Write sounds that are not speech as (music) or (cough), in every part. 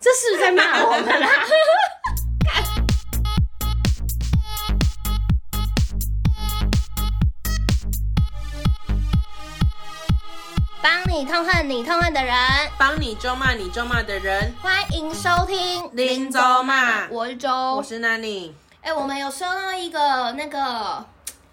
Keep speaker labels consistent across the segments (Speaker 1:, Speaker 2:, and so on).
Speaker 1: 这是在骂我
Speaker 2: 啊
Speaker 1: 们啦。帮你痛恨你痛恨的人，
Speaker 2: 帮你咒骂你咒骂的人，
Speaker 1: 欢迎收听
Speaker 2: 林州骂
Speaker 1: 我是周，
Speaker 2: 我是 Nani。
Speaker 1: 哎、我们有收到一个那个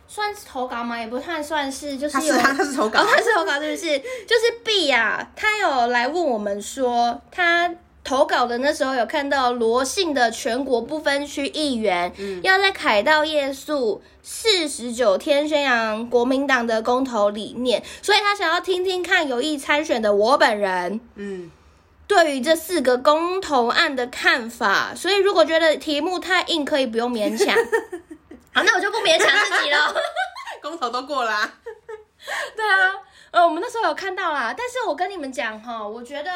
Speaker 1: 算是投稿吗？也不算算是，就
Speaker 2: 他
Speaker 1: 是
Speaker 2: 是
Speaker 1: 有
Speaker 2: 他他是投稿
Speaker 1: 哦，，他是投稿是不是？就是 B 呀、他有来问我们说，他投稿的那时候有看到罗姓的全国不分区议员，要在凯道夜宿四十九天宣扬国民党的公投理念，所以他想要听听看有意参选的我本人。
Speaker 2: 嗯，
Speaker 1: 对于这四个公投案的看法，所以如果觉得题目太硬，可以不用勉强。好，那我就不勉强自己了。
Speaker 2: 公投都过啦、
Speaker 1: (laughs) 对啊，呃，我们那时候有看到啦，但是我跟你们讲哈，我觉得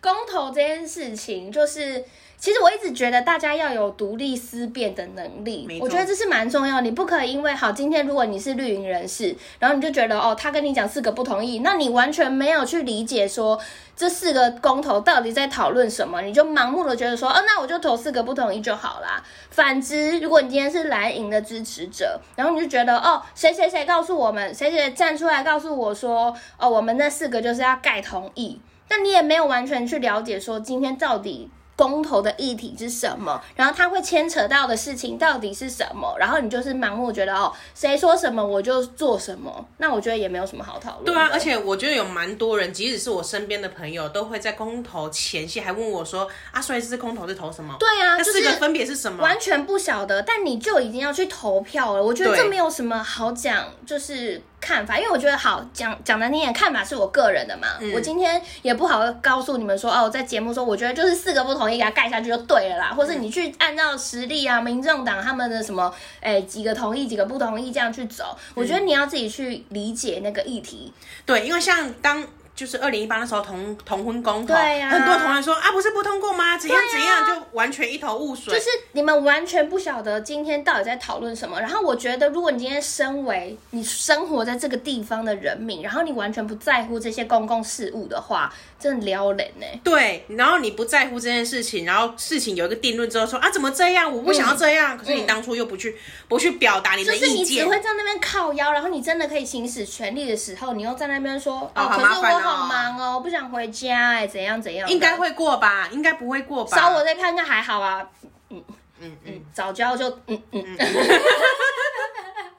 Speaker 1: 公投这件事情，就是其实我一直觉得大家要有独立思辨的能力
Speaker 2: 没，错
Speaker 1: 我觉得这是蛮重要的。你不可以因为好，今天如果你是绿营人士，然后你就觉得哦，他跟你讲四个不同意，那你完全没有去理解说这四个公投到底在讨论什么，你就盲目的觉得说，哦，那我就投四个不同意就好啦。反之，如果你今天是蓝营的支持者，然后你就觉得哦，谁谁谁告诉我们，谁谁谁站出来告诉我说，哦，我们那四个就是要盖同意，但你也没有完全去了解说今天到底。公投的议题是什么？然后它会牵扯到的事情到底是什么？然后你就是盲目觉得哦，谁说什么我就做什么，那我觉得也没有什么好讨论的。
Speaker 2: 对啊，而且我觉得有蛮多人，即使是我身边的朋友，都会在公投前夕还问我说：“啊，所以这次公投是投什么？
Speaker 1: 对啊，
Speaker 2: 那
Speaker 1: 就
Speaker 2: 四
Speaker 1: 是
Speaker 2: 个分别是什么
Speaker 1: 完全不晓得，但你就已经要去投票了。我觉得
Speaker 2: 对
Speaker 1: 这没有什么好讲，就是看法，因为我觉得好讲讲难听点，看法是我个人的嘛。我今天也不好告诉你们说哦，在节目中我觉得就是四个不同意给它盖下去就对了啦，或是你去按照实力啊，民众党他们的什么哎几个同意几个不同意这样去走，我觉得你要自己去理解那个议题。？”
Speaker 2: 对，因为像当。就是二零一八那时候同同婚公投，
Speaker 1: 对啊
Speaker 2: 很多同仁说啊，不啊是不通过吗？怎样怎样，就完全一头雾水。
Speaker 1: 就是你们完全不晓得今天到底在讨论什么。然后我觉得，如果你今天身为你生活在这个地方的人民，然后你完全不在乎这些公共事务的话，真的撩人欸呢、
Speaker 2: 对，然后你不在乎这件事情，然后事情有一个定论之后说啊，怎么这样？我不想要这样。可是你当初又不去不去表达你
Speaker 1: 嗯就
Speaker 2: 的
Speaker 1: 是
Speaker 2: 意
Speaker 1: 你只
Speaker 2: 见，
Speaker 1: 会在那边靠腰，然后你真的可以行使权利的时候，你又在那边说哦，
Speaker 2: 好
Speaker 1: 可
Speaker 2: 麻
Speaker 1: 是
Speaker 2: 烦
Speaker 1: 我
Speaker 2: 哦
Speaker 1: 好忙哦，我不想回家哎、怎样怎样的。
Speaker 2: 应该会过吧？应该不会过吧？
Speaker 1: 少我这票应该还好啊，
Speaker 2: 嗯嗯，
Speaker 1: 嗯，早教就嗯嗯。 (laughs)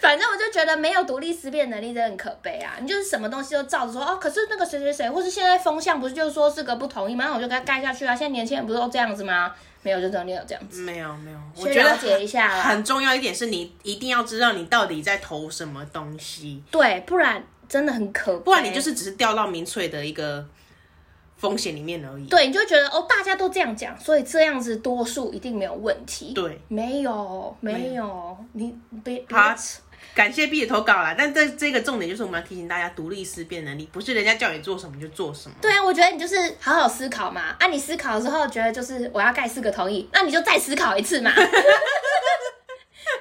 Speaker 1: 反正我就觉得没有独立思辨能力真的很可悲啊！你就是什么东西都照着说哦，可是那个谁谁谁，或是现在风向不是就是说这个不同意吗？那我就给他盖下去啊！现在年轻人不是都这样子吗？没有，就真的有这样子。
Speaker 2: 没有没有，我
Speaker 1: 去
Speaker 2: 觉
Speaker 1: 嗯了
Speaker 2: 得
Speaker 1: 解一下啦
Speaker 2: 很重要一点是你一定要知道你到底在投什么东西，
Speaker 1: 对，不然真的很可悲。
Speaker 2: 不然你就是只是掉到民粹的一个风险里面而已。
Speaker 1: 对，你就觉得哦，大家都这样讲，所以这样子多数一定没有问题。
Speaker 2: 对，
Speaker 1: 没有，没有，你别别
Speaker 2: 好感谢 B 的投稿啦，但这这个重点就是我们要提醒大家独立思辨能力，不是人家叫你做什么就做什么。
Speaker 1: 对啊，我觉得你就是好好思考嘛。啊，你思考之后觉得就是我要盖四个同意，那你就再思考一次嘛。 (laughs)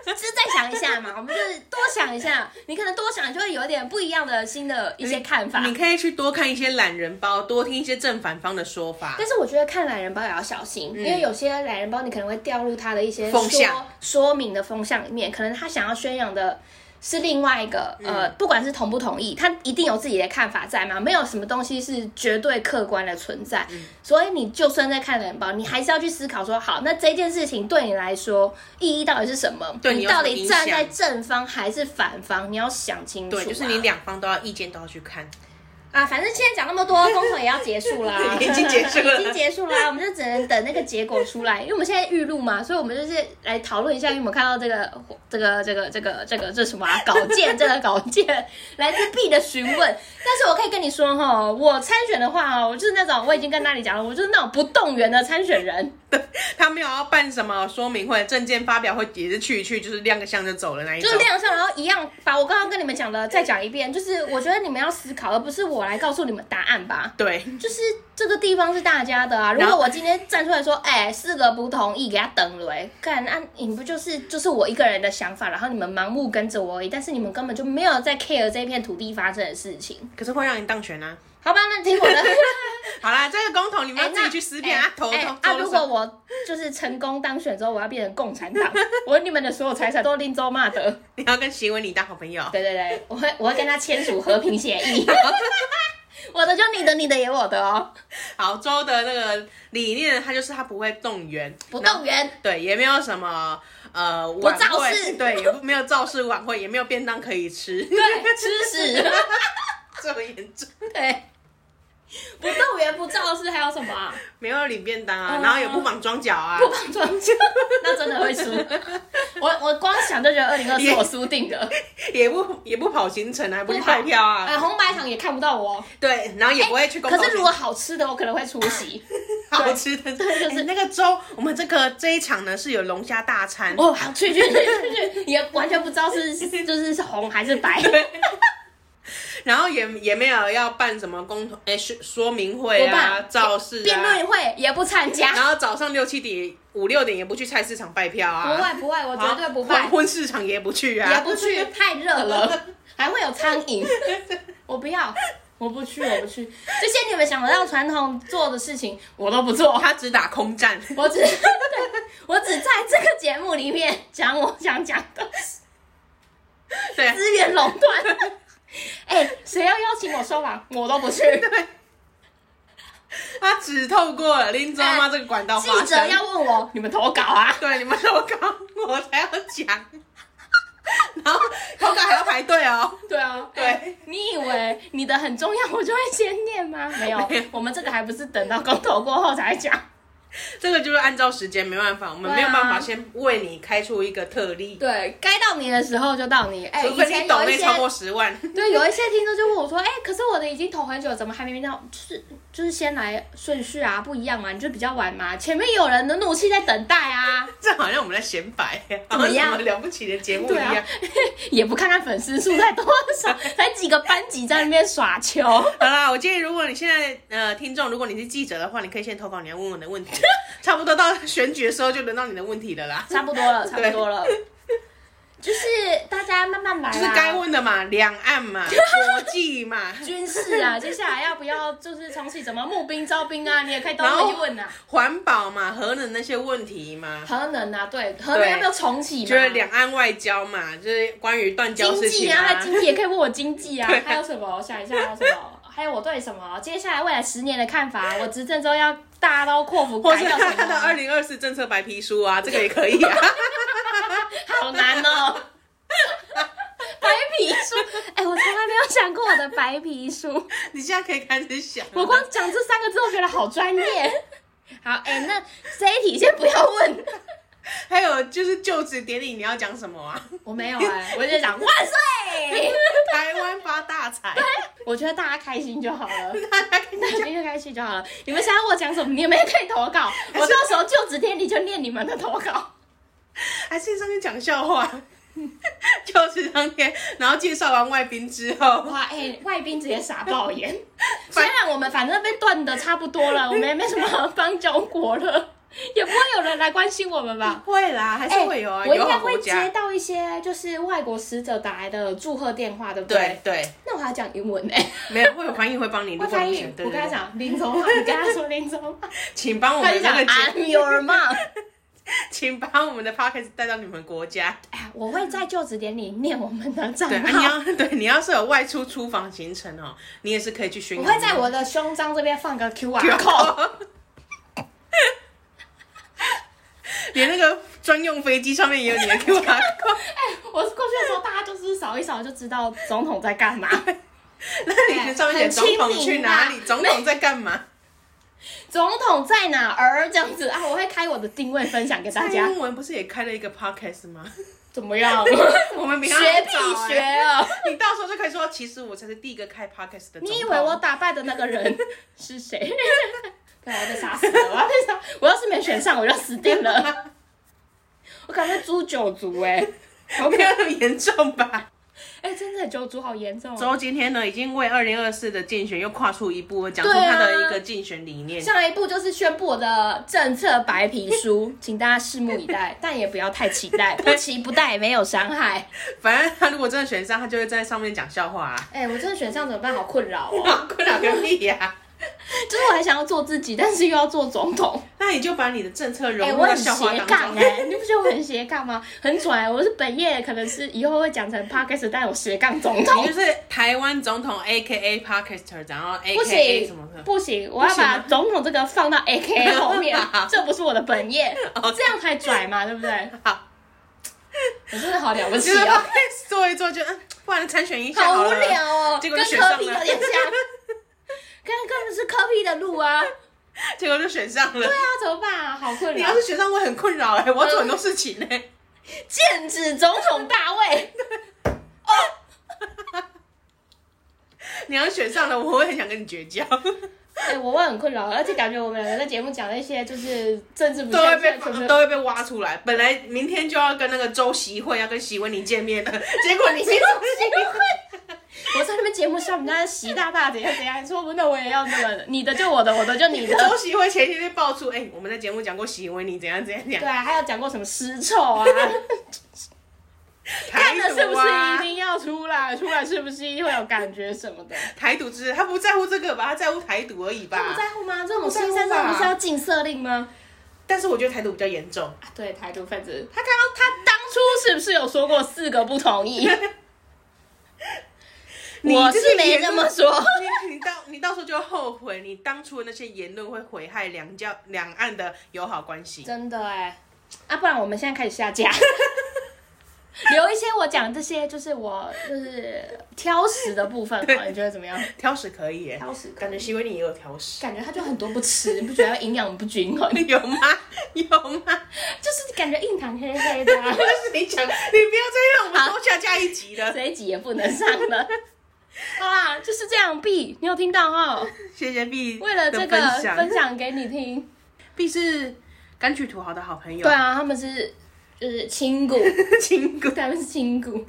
Speaker 1: 就是再想一下嘛，我们就是多想一下，你可能多想就会有点不一样的新的一些看法。
Speaker 2: 你可以去多看一些懒人包，多听一些正反方的说法。
Speaker 1: 但是我觉得看懒人包也要小心，因为有些懒人包你可能会掉入他的一些
Speaker 2: 嗯风
Speaker 1: 说
Speaker 2: 向
Speaker 1: 说明的风向里面，可能他想要宣扬的是另外一个、
Speaker 2: 嗯
Speaker 1: 呃，不管是同不同意，他一定有自己的看法在嘛，没有什么东西是绝对客观的存在。
Speaker 2: 嗯
Speaker 1: 所以你就算在看懒人包，你还是要去思考说，好，那这件事情对你来说意义到底是什么？
Speaker 2: 对你
Speaker 1: 你
Speaker 2: 有什
Speaker 1: 到
Speaker 2: 么
Speaker 1: 底
Speaker 2: 影
Speaker 1: 站
Speaker 2: 响
Speaker 1: 在正方还是反方？你要想清楚啊、
Speaker 2: 对，就是你两方都要意见都要去看。
Speaker 1: 啊，反正现在讲那么多，公投也要结束啦
Speaker 2: (laughs) ，已经结束
Speaker 1: (laughs)
Speaker 2: 了
Speaker 1: 已经结束啦，我们就只能等那个结果出来，因为我们现在预录嘛，所以我们就是来讨论一下，因为我们看到这个这个这个这个这个这什么、啊、稿件，这个稿件来自 B 的询问，但是我可以跟你说哈，我参选的话哦，我就是那种我已经跟那里讲了，我就是那种不动员的参选人，
Speaker 2: 他没有要办什么说明会、证件发表会，也是去一去，就是亮个相就走了那一
Speaker 1: 就
Speaker 2: 种
Speaker 1: 是。亮相，然后一样把我刚刚跟你们讲的再讲一遍，就是我觉得你们要思考，而不是我来告诉你们答案吧。
Speaker 2: 对，
Speaker 1: 就是这个地方是大家的啊。如
Speaker 2: 然
Speaker 1: 果
Speaker 2: 后
Speaker 1: 我今天站出来说，哎、四个不同意，给他等了、哎，干，那、你不就是就是我一个人的想法，然后你们盲目跟着我而已，但是你们根本就没有在 care 这片土地发生的事情。
Speaker 2: 可是会让你当选啊。 (laughs)
Speaker 1: 好吧，那听我的。
Speaker 2: 你们要自己去思辨啊，投投
Speaker 1: 哎
Speaker 2: 投
Speaker 1: 啊！如果我就是成功当选之后，我要变成共产党，我你们的所有财产都拎走骂的。
Speaker 2: 你要跟席维尼当好朋友，
Speaker 1: 对对对，我会我会跟他签署和平协
Speaker 2: (laughs)
Speaker 1: 议，我的就你的，你的也我的哦，
Speaker 2: 好，周的那个理念，他就是他不会动员，
Speaker 1: 不
Speaker 2: 然后
Speaker 1: 动员。
Speaker 2: 对，也没有什么呃晚
Speaker 1: 造
Speaker 2: 会
Speaker 1: 势
Speaker 2: 对，也不没有造势晚会，也没有便当可以吃，
Speaker 1: 对，吃屎。
Speaker 2: (laughs) 这么严重，
Speaker 1: (laughs) 对，不动员不造势，还有什么、
Speaker 2: (laughs)
Speaker 1: 啊？
Speaker 2: 没有领便当啊，
Speaker 1: 嗯
Speaker 2: 然后也不绑装脚啊
Speaker 1: 不，帮装脚，那真的会输。我我光想就觉得二零二四我输定了，
Speaker 2: 也不也不跑行程啊，还不去
Speaker 1: 跑
Speaker 2: 拜票啊，
Speaker 1: 哎，红白场也看不到我。
Speaker 2: 对，然后也不会去公投。
Speaker 1: 哎可是如果好吃的，我可能会出
Speaker 2: (laughs)
Speaker 1: 席。
Speaker 2: 好吃的，
Speaker 1: 对就是
Speaker 2: 哎那个粥，我们这个这一场呢是有龙虾大餐，
Speaker 1: 哦，好，去去去去去，也完全不知道是是就是是红还是白。
Speaker 2: (laughs) 啊然后也也没有要办什么公投，哎、说说明会
Speaker 1: 不
Speaker 2: 啊、
Speaker 1: 办
Speaker 2: 造势啊，
Speaker 1: 辩论会也不参加，
Speaker 2: 然后早上六七点、五六点也不去菜市场拜票
Speaker 1: 不
Speaker 2: 啊，
Speaker 1: 会不会，我绝对不会
Speaker 2: 黄，昏市场也不去啊，
Speaker 1: 也不去，太热
Speaker 2: (laughs)
Speaker 1: 了，还会有苍蝇，我不要。我不去，我不去，这些你们想让传统做的事情，我都不做。
Speaker 2: 他只打空战。 (laughs)
Speaker 1: 我只 (laughs) 对我只在这个节目里面讲我想讲的
Speaker 2: 对，啊
Speaker 1: 资源垄断。哎、谁要邀请我说完，我都不去。
Speaker 2: (laughs) 他只透过了林州妈这个管道发
Speaker 1: 记者
Speaker 2: 声。
Speaker 1: 要问我，你们投稿啊？
Speaker 2: 对，你们投稿我才要讲，然后投稿还要排队哦。 (laughs)
Speaker 1: 对啊，
Speaker 2: 对
Speaker 1: 哎你以为你的很重要，我就会先念吗？没有
Speaker 2: 没有，
Speaker 1: 我们这个还不是等到公投过后才讲。
Speaker 2: 这个就是按照时间，没办法，我们没有
Speaker 1: 对啊
Speaker 2: 办法先为你开出一个特例，
Speaker 1: 对，该到你的时候就到你。哎、
Speaker 2: 除
Speaker 1: 以
Speaker 2: 非
Speaker 1: 前
Speaker 2: 你抖
Speaker 1: 有
Speaker 2: 内
Speaker 1: 一些
Speaker 2: 超过十万。 (laughs)
Speaker 1: 对，有一些听众就问我说：“哎、可是我的已经投很久，怎么还没到？就是就是先来顺序啊，不一样嘛，你就比较晚嘛。前面有人的怒气在等待啊，
Speaker 2: 这好像我们在显摆， (laughs)
Speaker 1: 怎
Speaker 2: 好
Speaker 1: 么
Speaker 2: 像
Speaker 1: 样
Speaker 2: 什么了不起的节目一
Speaker 1: 对
Speaker 2: 样。
Speaker 1: 啊， (laughs) 也不看看粉丝数才多少，才几个班级在那边耍球。
Speaker 2: 好啦，我建议，如果你现在呃听众，如果你是记者的话，你可以先投稿你要问我
Speaker 1: (laughs)
Speaker 2: 的问题，差不多到选举的时候就轮到你的问题了啦。
Speaker 1: (laughs) 差不多了，差
Speaker 2: 对
Speaker 1: 不多了，就是大家慢慢来啦。
Speaker 2: 就是该问的嘛，两
Speaker 1: (laughs)
Speaker 2: 岸嘛，国际嘛，
Speaker 1: 军事啊，接下来要不要就是重启什么募兵招兵啊？你也可以都
Speaker 2: 然后
Speaker 1: 可以问啊。
Speaker 2: 环保嘛，核能那些问题嘛，
Speaker 1: 核能啊，对，核能
Speaker 2: 对
Speaker 1: 要不要重启嘛？
Speaker 2: 就是两岸外交嘛，就是关于断交
Speaker 1: 经
Speaker 2: 事
Speaker 1: 济
Speaker 2: 情
Speaker 1: 啊，
Speaker 2: 啊
Speaker 1: 还。经济也可以问我经济啊 (laughs)
Speaker 2: 对啊，
Speaker 1: 还有什么？我想一下还有什么？还有我对什么接下来未来十年的看法？我执政之后要大刀阔斧
Speaker 2: 或
Speaker 1: 改
Speaker 2: 是
Speaker 1: 掉什
Speaker 2: 他的
Speaker 1: 么？啊
Speaker 2: 二零二四政策白皮书啊，这个也可以啊。
Speaker 1: (laughs)
Speaker 2: (laughs)
Speaker 1: 好难哦。 (laughs) 白皮书，哎、我从来没有想过我的白皮 (laughs) 书。
Speaker 2: 你现在可以开始想了，啊
Speaker 1: 我光讲这三个字，我觉得好专业。好，哎、那这一题先不要问，
Speaker 2: 还有就是就职典礼你要讲什
Speaker 1: (laughs)
Speaker 2: 么啊？
Speaker 1: 我没有哎、我就讲万岁。
Speaker 2: 台湾发大财，
Speaker 1: (laughs)
Speaker 2: (laughs)
Speaker 1: 我觉得大家开心就好了，大家就开心就好了。你们想要我讲什么，你们也可以投稿，我到时候就职天地就念你们的投稿。
Speaker 2: 还是上去讲笑话， (laughs) 就是当天，然后介绍完外宾之后，
Speaker 1: (laughs) 哇，哎、外宾直接傻爆眼。 (laughs) 虽
Speaker 2: 反
Speaker 1: 然我们反正被断的差不多 (laughs) 了，我们也没什么好帮中国了， (laughs) 也不会有人来关心我们吧。哎
Speaker 2: 会啦，还是会有啊，
Speaker 1: 我应
Speaker 2: 友
Speaker 1: 该
Speaker 2: 好
Speaker 1: 会
Speaker 2: 国
Speaker 1: 接
Speaker 2: 家，
Speaker 1: 到一些就是外国使者打来的祝贺电话，对不
Speaker 2: 对对，
Speaker 1: 那我还要讲英 (laughs) 文呢、
Speaker 2: 没有会有翻译会帮你，
Speaker 1: 我
Speaker 2: 如果
Speaker 1: 翻
Speaker 2: 你
Speaker 1: 译
Speaker 2: 选，对
Speaker 1: 我跟他
Speaker 2: 对对，
Speaker 1: (laughs) 讲林总，你跟他说林总，
Speaker 2: 请帮
Speaker 1: (laughs)
Speaker 2: 我
Speaker 1: 他就
Speaker 2: 们
Speaker 1: (laughs) 讲啊
Speaker 2: 那个节，
Speaker 1: I'm your mom。
Speaker 2: (laughs) 请把我们的 podcast 带到你们国家，
Speaker 1: 哎呀，我会在就职典礼念我们的账
Speaker 2: 对，啊、你
Speaker 1: 号。
Speaker 2: 要 (laughs) 对你要是有外出出访行程哦，你也是可以去宣
Speaker 1: 我
Speaker 2: 扬，
Speaker 1: 会在我的胸章这边放个 QR
Speaker 2: QR
Speaker 1: code，
Speaker 2: code (laughs) 连那个专用飞机上面也有你的 (laughs) QR code，
Speaker 1: 哎我过去的时候大家就是扫一扫就知道总统在干嘛。
Speaker 2: 那你就上面写总统去哪里，总统在干嘛？
Speaker 1: (laughs) 总统在哪儿？这样子啊，我会开我的定位分享给 (laughs) 大
Speaker 2: 蔡
Speaker 1: 家。
Speaker 2: 英文不是也开了一个 podcast
Speaker 1: (laughs)
Speaker 2: 吗？
Speaker 1: 怎么样？
Speaker 2: 我们比他
Speaker 1: 学
Speaker 2: 还
Speaker 1: 必
Speaker 2: 早
Speaker 1: 学
Speaker 2: 欸。
Speaker 1: 啊！
Speaker 2: (laughs) 你到时候就可以说，其实我才是第一个开 podcast 的总统。
Speaker 1: (laughs) 你以为我 (laughs) 打败的那个人是谁？ (laughs) 对，我要被杀死了！我要被杀！ (laughs) 我要是没选上，我就死定 (laughs) 了。我感觉诛九族哎、 (laughs)
Speaker 2: 我没有那么严重 (laughs) 吧？
Speaker 1: 哎、真的九族好严重、哦。
Speaker 2: 周今天呢，已经为二零二四的竞选又跨出一步，讲出
Speaker 1: 对啊
Speaker 2: 他的一个竞选理念。
Speaker 1: 下一步就是宣布我的政策白皮书， (laughs) 请大家拭目以待， (laughs) 但也不要太期
Speaker 2: (laughs)
Speaker 1: 待，不期不待也没有伤害。
Speaker 2: 反正他如果真的选上，
Speaker 1: (laughs)
Speaker 2: 他就会在上面讲笑话、啊。 (laughs)
Speaker 1: 哎、我真的选上怎么办？好困扰哦。
Speaker 2: 困扰个屁呀、
Speaker 1: (laughs) 就是我还想要做自己，但是又要做总
Speaker 2: (laughs)
Speaker 1: 统。
Speaker 2: 那你就把你的政策
Speaker 1: 哎、
Speaker 2: 融入
Speaker 1: 我
Speaker 2: 到
Speaker 1: 很
Speaker 2: 笑话
Speaker 1: 斜
Speaker 2: 当
Speaker 1: 杠
Speaker 2: 中。
Speaker 1: 哎、你不觉得我很斜杠吗？很拽、我是本业可能是以后会讲成 podcast，但我斜杠总
Speaker 2: 你
Speaker 1: 统。
Speaker 2: 就是台湾总统 A K A Podcaster，然后 A
Speaker 1: 不
Speaker 2: K A
Speaker 1: 行
Speaker 2: 什么的，
Speaker 1: 不行，我要
Speaker 2: 不行
Speaker 1: 把
Speaker 2: 吗
Speaker 1: 总统这个放到 A K A 后
Speaker 2: (laughs)
Speaker 1: 面，这不是我的本业，
Speaker 2: 哦
Speaker 1: 这样才拽嘛，对不对？
Speaker 2: 好，
Speaker 1: 我真的好了不
Speaker 2: 就
Speaker 1: 起
Speaker 2: 是
Speaker 1: 哦，
Speaker 2: Podcast 做一做就，嗯，不然参选一下
Speaker 1: 好
Speaker 2: 好
Speaker 1: 无
Speaker 2: 了
Speaker 1: 聊哦，
Speaker 2: 结
Speaker 1: 跟
Speaker 2: 果就选上
Speaker 1: 科
Speaker 2: 了
Speaker 1: 比有点像， (laughs) 跟根本是科比的路啊。
Speaker 2: (laughs) 结果就选上了
Speaker 1: (laughs) 对。啊，怎么办啊？好困
Speaker 2: 你
Speaker 1: 扰
Speaker 2: 要，是选上，我会很困扰哎，我要做很多事情呢。
Speaker 1: 剑指总统大位，
Speaker 2: 你要选上了，我会很想跟你绝交，
Speaker 1: (laughs) 哎、我会很困扰，而且感觉我们两个在节目讲那些就是政治不
Speaker 2: 都会
Speaker 1: 正
Speaker 2: 被
Speaker 1: 确，全部
Speaker 2: 都会被挖出来。本来明天就要跟那个周习会要跟习文宁见
Speaker 1: (laughs)
Speaker 2: 面的，结果你
Speaker 1: 你我在那边节目上，你在习大大怎样怎样，你说不那我也要那个，你的就我的，我的就你的。
Speaker 2: 周习会前一天就爆出，哎、我们在节目讲过习文宁怎样怎样怎
Speaker 1: 对
Speaker 2: 样，
Speaker 1: 啊，还有讲过什么尸臭 (laughs) 啊，
Speaker 2: 台
Speaker 1: 看了是不
Speaker 2: 独
Speaker 1: 是
Speaker 2: 啊
Speaker 1: 一，定要出来？出来是不是一定会有感觉什么的？
Speaker 2: 台独之，他不在乎这个吧，他在乎台独而
Speaker 1: (laughs)
Speaker 2: 已
Speaker 1: 他不
Speaker 2: 吧。
Speaker 1: 在乎吗？这种
Speaker 2: 在乎
Speaker 1: 新三上
Speaker 2: 吧
Speaker 1: 不是要禁色令吗？
Speaker 2: 但是我觉得台独比较严重，
Speaker 1: 啊对，台独分子，他刚刚他当初是不是有说过四个不同 (laughs) 意？
Speaker 2: (laughs) 你
Speaker 1: 我
Speaker 2: 这
Speaker 1: 是
Speaker 2: 个
Speaker 1: 没
Speaker 2: 言
Speaker 1: 这
Speaker 2: 论
Speaker 1: 么说。
Speaker 2: (laughs) 你你到你到时候就会后悔，你当初的那些言论会毁害两教两岸的友好关
Speaker 1: (laughs)
Speaker 2: 系。
Speaker 1: 真的哎、啊，不然我们现在开始下架， (laughs) 留一些我讲这些，就是我就是挑食的部分嘛，你觉得怎么样？
Speaker 2: 挑食可以耶，
Speaker 1: 挑食可以
Speaker 2: 感觉习文宁也有挑食， (laughs)
Speaker 1: 感觉他就很多不吃，你不觉得营养不均衡？
Speaker 2: 有吗？ (laughs) 有
Speaker 1: (laughs)
Speaker 2: 吗？
Speaker 1: 就是感觉印堂黑黑的、啊
Speaker 2: 不，是你讲，你不要再让我们多下架一集了。
Speaker 1: 这一集也不能上了。好啦，就是这样，B，你有听到哦？
Speaker 2: 谢谢 B
Speaker 1: 为了这
Speaker 2: 的
Speaker 1: 个
Speaker 2: 分
Speaker 1: 分
Speaker 2: 享
Speaker 1: 享给你听。
Speaker 2: ，B 是柑橘土豪的好朋友，
Speaker 1: 对，啊，他们是就是亲骨，
Speaker 2: (laughs)
Speaker 1: (laughs)
Speaker 2: 亲哥，
Speaker 1: 他们是亲骨。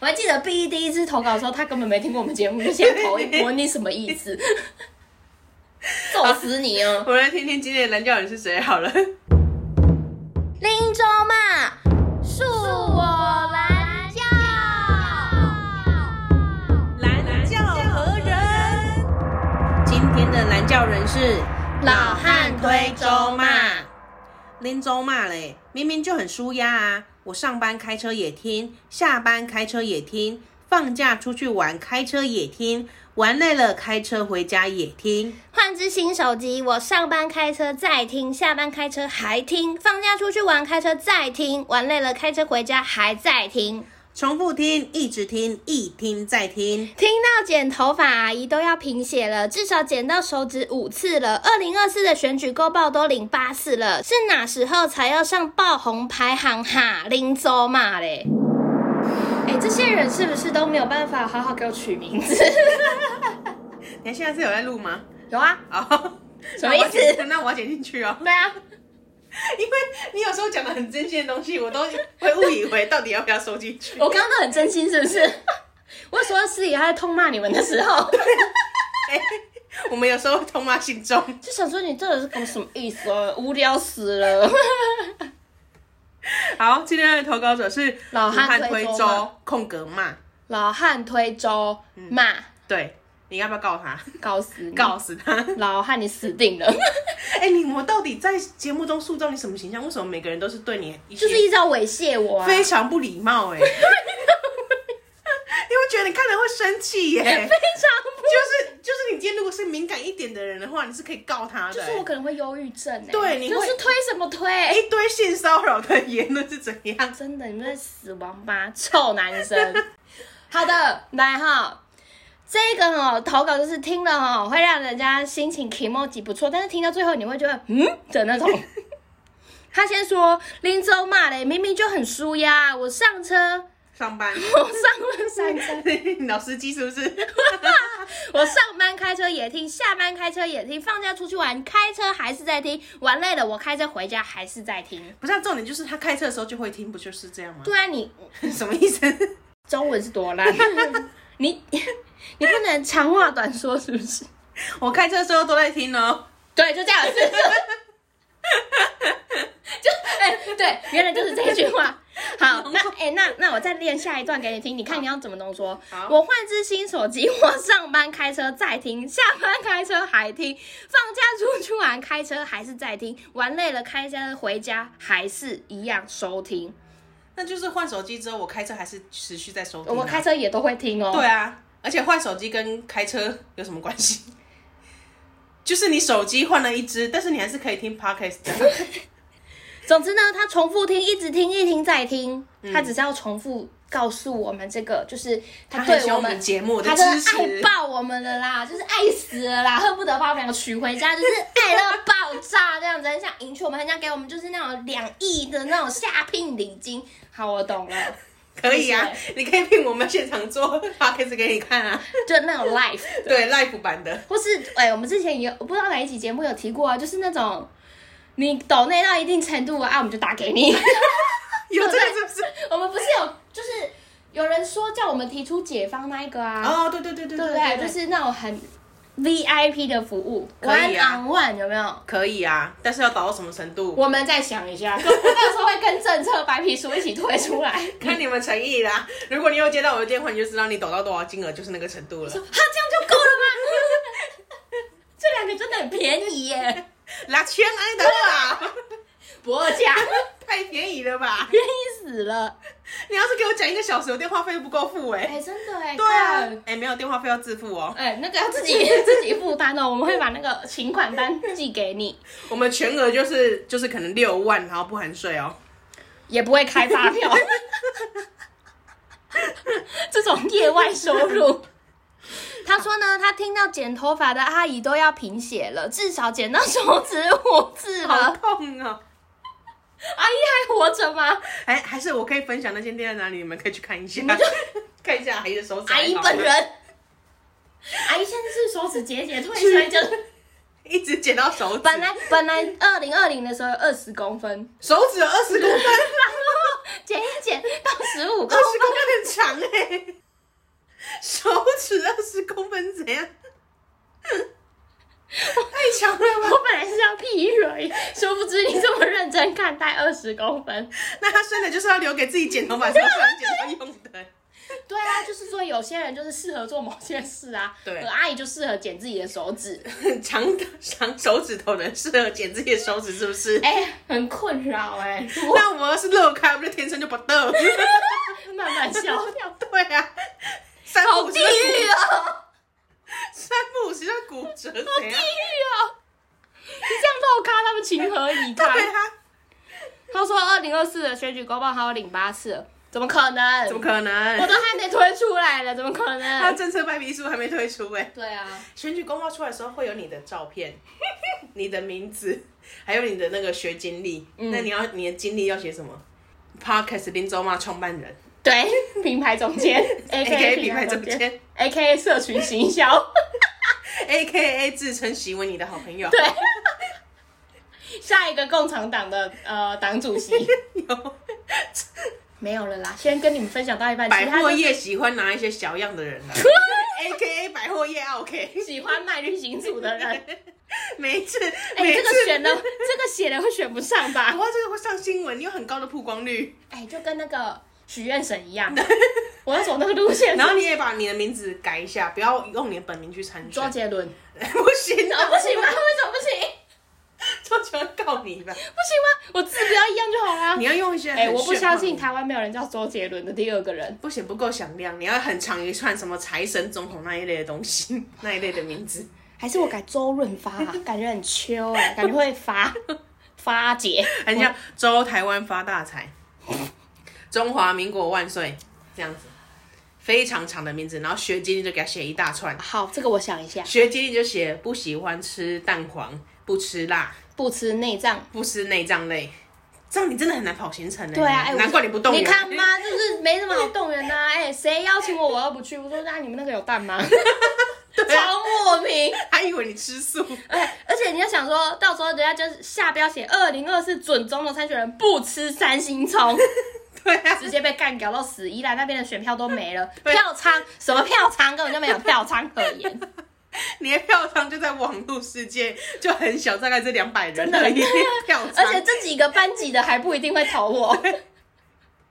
Speaker 1: 我还记得 B 第一次投稿的时候，他根本没听过我们节目，就先投一波，你什么意 (laughs) 思？揍死你哦！
Speaker 2: 我们来听听今天的蓝教人是谁好了。
Speaker 1: 林州嘛，恕我蓝教。
Speaker 2: 蓝教何人？今天的蓝教人是
Speaker 1: 老汉推舟嘛，
Speaker 2: 拎州骂嘞，明明就很舒压啊！我上班开车也听，下班开车也听，放假出去玩开车也听，玩累了开车回家也听。
Speaker 1: 换只新手机，我上班开车再听，下班开车还听，放假出去玩开车再听，玩累了开车回家还在听，
Speaker 2: 重复听，一直听，一听再听。
Speaker 1: 听到剪头发阿姨都要贫血了，至少剪到手指五次了。二零二四的选举勾报都领八次了，是哪时候才要上爆红排行哈？林州嘛嘞！哎、这些人是不是都没有办法好好给我取名字？
Speaker 2: 你现在是有在录吗？
Speaker 1: (laughs) 有啊，
Speaker 2: 哦，
Speaker 1: (laughs) 什么意思
Speaker 2: 那我要剪进去哦， (laughs)
Speaker 1: 对啊，
Speaker 2: 因为你有时候讲的很真心的东西，我都会误以为到底要不要收进去。
Speaker 1: 我刚刚都很真心，是不是？ (laughs) 我说私底下在痛骂你们的时候，
Speaker 2: 我们有时候痛骂心中。
Speaker 1: (laughs) 就想说你这个是个什么意思哦？无聊死 (laughs) 了。
Speaker 2: 好，今天的投稿者是
Speaker 1: 老汉
Speaker 2: 武
Speaker 1: 推
Speaker 2: 推
Speaker 1: 舟
Speaker 2: 舟空格骂，
Speaker 1: 老汉推舟骂，
Speaker 2: 对，你要不要告他？
Speaker 1: 告死你！
Speaker 2: 告死他！ (laughs)
Speaker 1: 老汉，你死定了！ (laughs)
Speaker 2: 哎、你我到底在节目中塑造你什么形象？为什么每个人都是对你一些
Speaker 1: 就是一直要猥亵我啊！
Speaker 2: 非常不礼貌、哎， (laughs) 因为觉得你看了会生气耶、
Speaker 1: 非常
Speaker 2: 就是就是你今天如果是敏感一点的人的话，你是可以告他的、
Speaker 1: 就是我可能会忧郁症哎、
Speaker 2: 对你
Speaker 1: 就
Speaker 2: 会
Speaker 1: 是推什么推？啊
Speaker 2: 哎一堆性骚扰的言论是怎样？
Speaker 1: 真的，你们在死王八，臭男生。 (laughs) 好的，来哈，这个哦，投稿就是听了哦，会让人家心情 emoji 不错，但是听到最后你会觉得嗯的那种。 (laughs) 他先说林州骂嘞，明明就很舒压，我上车，
Speaker 2: 上
Speaker 1: (laughs)
Speaker 2: 班，
Speaker 1: 我上了上车，
Speaker 2: 老司机是不是？
Speaker 1: (laughs) 我上班开车也听，下班开车也听，放假出去玩开车还是在听，玩累了我开车回家还是在听。
Speaker 2: 不是、啊，重点就是他开车的时候就会听，不就是这样吗？
Speaker 1: 对啊，你
Speaker 2: (laughs) 什么意思？
Speaker 1: 中文是多 (laughs) 烂，你你不能长话短说是不是？
Speaker 2: 我开车的时候都在听哦。
Speaker 1: 对，就这 (laughs) 样，是不是就哎、对，原来就是这一句话。好，
Speaker 2: (laughs)
Speaker 1: 那哎、诶那那我再练下一段给你听，你看你要怎么浓缩。
Speaker 2: 好
Speaker 1: 我换只新手机，我上班开车在听，下班开车还听，放假出去玩开车还是在听，玩累了开车回家还是一样收听。
Speaker 2: 那就是换手机之后，我开车还是持续在收听、啊。
Speaker 1: 我开车也都会听哦。
Speaker 2: 对啊，而且换手机跟开车有什么关系？ (laughs) 就是你手机换了一只，但是你还是可以听 podcast 的。
Speaker 1: (laughs) 总之呢，他重复听，一直听，一听再听，他
Speaker 2: 嗯
Speaker 1: 只是要重复告诉我们这个，就是他
Speaker 2: 很喜
Speaker 1: 对
Speaker 2: 欢
Speaker 1: 我
Speaker 2: 我们
Speaker 1: 们。
Speaker 2: 节目的
Speaker 1: 他
Speaker 2: 支
Speaker 1: 真的爱
Speaker 2: 持，
Speaker 1: 爆我们的啦， (laughs) 就是爱死了啦，恨不得把我们两个娶回家，就是爱到爆炸这样子，很想迎娶我们，很想给我们就是那种两亿的那种下聘礼金。好，我懂了， (laughs)
Speaker 2: 可以啊，你可以聘我们现场做 podcast 给你看啊，
Speaker 1: 就那种 life，
Speaker 2: 对 live
Speaker 1: (laughs)
Speaker 2: 版的。
Speaker 1: 或是哎、我们之前也有我不知道哪一期节目有提过啊，就是那种你抖内到一定程度啊，我们就打给你。 (laughs)
Speaker 2: 有这个是不是？
Speaker 1: 我们不是有，就是有人说叫我们提出解方那一个啊，
Speaker 2: 哦，对对对对
Speaker 1: 对不
Speaker 2: 对，
Speaker 1: 对？就是那种很 VIP 的服务
Speaker 2: 可
Speaker 1: ，one
Speaker 2: 以啊
Speaker 1: on one 有没有？
Speaker 2: 可以啊，但是要导到什么程度？
Speaker 1: 我们再想一下， (laughs) 我到时候会跟政策白皮书一起推出来。
Speaker 2: 看你们诚意啦。如果你有接到我的电话，你就知道你抖到多少金额，就是那个程度
Speaker 1: 哈，
Speaker 2: 了。
Speaker 1: 这样就够了吗？ (laughs) 这两个真的很便宜耶，
Speaker 2: (laughs) 拿千安的啦，
Speaker 1: 不二价，
Speaker 2: (laughs) 太便宜了吧？
Speaker 1: 便宜死了。
Speaker 2: 你要是给我讲一个小时，我电话费又不够付哎、
Speaker 1: 哎，真的哎，
Speaker 2: 对啊
Speaker 1: 干，
Speaker 2: 哎、没有电话费要自付哦，
Speaker 1: 哎，那个要自己 (laughs) 自己负担哦，我们会把那个请款单寄给你，
Speaker 2: 我们全额就是就是可能六万，然后不含税哦。
Speaker 1: 也不会开发 (laughs) 票。这种业外收入。他说呢，他听到剪头发的阿姨都要贫血了，至少剪到手指五次
Speaker 2: 好
Speaker 1: 了。
Speaker 2: 痛哦！
Speaker 1: 阿姨还活着吗？
Speaker 2: 哎，还是我可以分享那间店在哪里，你们可以去看一下，
Speaker 1: 们就
Speaker 2: (laughs) 看一下阿姨的手指。
Speaker 1: 阿姨本人，阿姨现在是手指节节退衰，就是
Speaker 2: 一直剪到手指，
Speaker 1: 本来本来二零二零的时候有二十公分， (laughs)
Speaker 2: 手指有二十公分，
Speaker 1: 然后剪一剪到十五公
Speaker 2: 二十
Speaker 1: 分，
Speaker 2: 公分很长哎、手指二十公分怎样？太强了吧！
Speaker 1: 我本来是要劈腿，殊不知你这么认真看待二十公分。
Speaker 2: 那他真的就是要留给自己剪头发时候突然剪到用的、
Speaker 1: 对啊，就是说有些人就是适合做某些事啊，
Speaker 2: 对
Speaker 1: 而阿姨就适合剪自己的手 (laughs) 指，
Speaker 2: (laughs) 长长手指头的人适合剪自己的手指，是不是？
Speaker 1: 哎、很困扰 (laughs) 哎、我
Speaker 2: 那我们要是乐开，我们就天生就不得。
Speaker 1: 慢慢消掉，
Speaker 2: (laughs) 对啊，三
Speaker 1: 好
Speaker 2: 不五
Speaker 1: 地
Speaker 2: 十就骨，
Speaker 1: 狱哦，
Speaker 2: 三不五十就骨折怎样
Speaker 1: 地？狱哦。你这样漏咖，他们情何以
Speaker 2: 对
Speaker 1: 堪？
Speaker 2: 啊，
Speaker 1: 他说二零二四的选举公报还有领八次了，怎么可能？
Speaker 2: 怎么可
Speaker 1: 我
Speaker 2: 能？
Speaker 1: 都还没推出来了，怎么可
Speaker 2: 他
Speaker 1: 能？
Speaker 2: 政策白皮书还没推出哎、
Speaker 1: 对
Speaker 2: (laughs)
Speaker 1: 啊，
Speaker 2: 选举公报出来的时候会有你的照片、你的名字， (laughs) 还有你的那个学经历。那你要你的经历要写什么？Podcast 林州嘛创办人
Speaker 1: 对，品牌总监 (laughs) ，A
Speaker 2: ，A K
Speaker 1: K
Speaker 2: A
Speaker 1: A
Speaker 2: 品
Speaker 1: 品
Speaker 2: 牌
Speaker 1: 牌
Speaker 2: 总
Speaker 1: 总监
Speaker 2: 监
Speaker 1: ，A K A 社群行
Speaker 2: (laughs)
Speaker 1: 销。
Speaker 2: ，A K A 自称席为你的好朋友。
Speaker 1: 对，下一个共产党的呃党主
Speaker 2: (laughs)
Speaker 1: 席
Speaker 2: 有
Speaker 1: 没有了啦，先跟你们分享到一半，
Speaker 2: 百
Speaker 1: 其他
Speaker 2: 货
Speaker 1: 就
Speaker 2: 业喜欢拿一些小样的人啊，A K A 百货业 O K。
Speaker 1: 喜欢卖旅行组的
Speaker 2: (laughs)
Speaker 1: 人，哎、
Speaker 2: 每一次，每
Speaker 1: 这
Speaker 2: 一次
Speaker 1: 个选的，这个写的会选不上吧
Speaker 2: 不？过这个会上新闻，你有很高的曝
Speaker 1: (laughs)
Speaker 2: 光率，
Speaker 1: 哎、就跟那个许愿神一样，我要走那个路线。
Speaker 2: 然后你也把你的名字改一下，不要用你的本名去参选
Speaker 1: 周，杰伦，
Speaker 2: (laughs) 不行
Speaker 1: 啊、
Speaker 2: 啊，
Speaker 1: 不 (laughs)
Speaker 2: (laughs)
Speaker 1: 行吗？为什么不行？
Speaker 2: 周杰伦告你
Speaker 1: 不
Speaker 2: 吧，
Speaker 1: 行吗？我字不要一样就好啦
Speaker 2: 你。要用一些，
Speaker 1: 哎、我不相信，台湾没有人叫周杰伦的第二个人。
Speaker 2: 不行，不够响亮，你要很长一串什么财神总统那一类的东西， (laughs) 那一类的名字，
Speaker 1: 还是我改周润发、 (laughs) 啊，感觉很秋哎、感觉会 (laughs) 发发节。
Speaker 2: 很像周台湾发大财，中华民国万岁这样子，非常长的名字，然后学经历就给他写一大串，
Speaker 1: 好，这个我想一下，
Speaker 2: 学经历就写不喜欢吃蛋黄，不吃辣。
Speaker 1: 不吃内脏。
Speaker 2: 不吃内脏类，这样你真的很难跑行程呢。
Speaker 1: 对啊，哎、我
Speaker 2: 难怪你不动
Speaker 1: 你
Speaker 2: 员。
Speaker 1: 看嘛，就是没什么好动员的、啊。哎、谁邀请我，我又不去。我说那你们那个有蛋 (laughs) 吗？超莫名。
Speaker 2: (laughs) 还以为你吃素，
Speaker 1: 哎，而且你要想说到时候人家就是下标写二零二四准中的参选人不吃三星葱，
Speaker 2: 对啊，
Speaker 1: 直接被干掉到死。宜兰那边的选票都没了，
Speaker 2: 对
Speaker 1: 票仓什么票仓根本就没有票仓可言，
Speaker 2: 你的票仓就在网络世界就很小，大概这两百人
Speaker 1: (laughs) 的
Speaker 2: 而已。票仓，
Speaker 1: 而且这几个班级的还不一定会投我。 (laughs)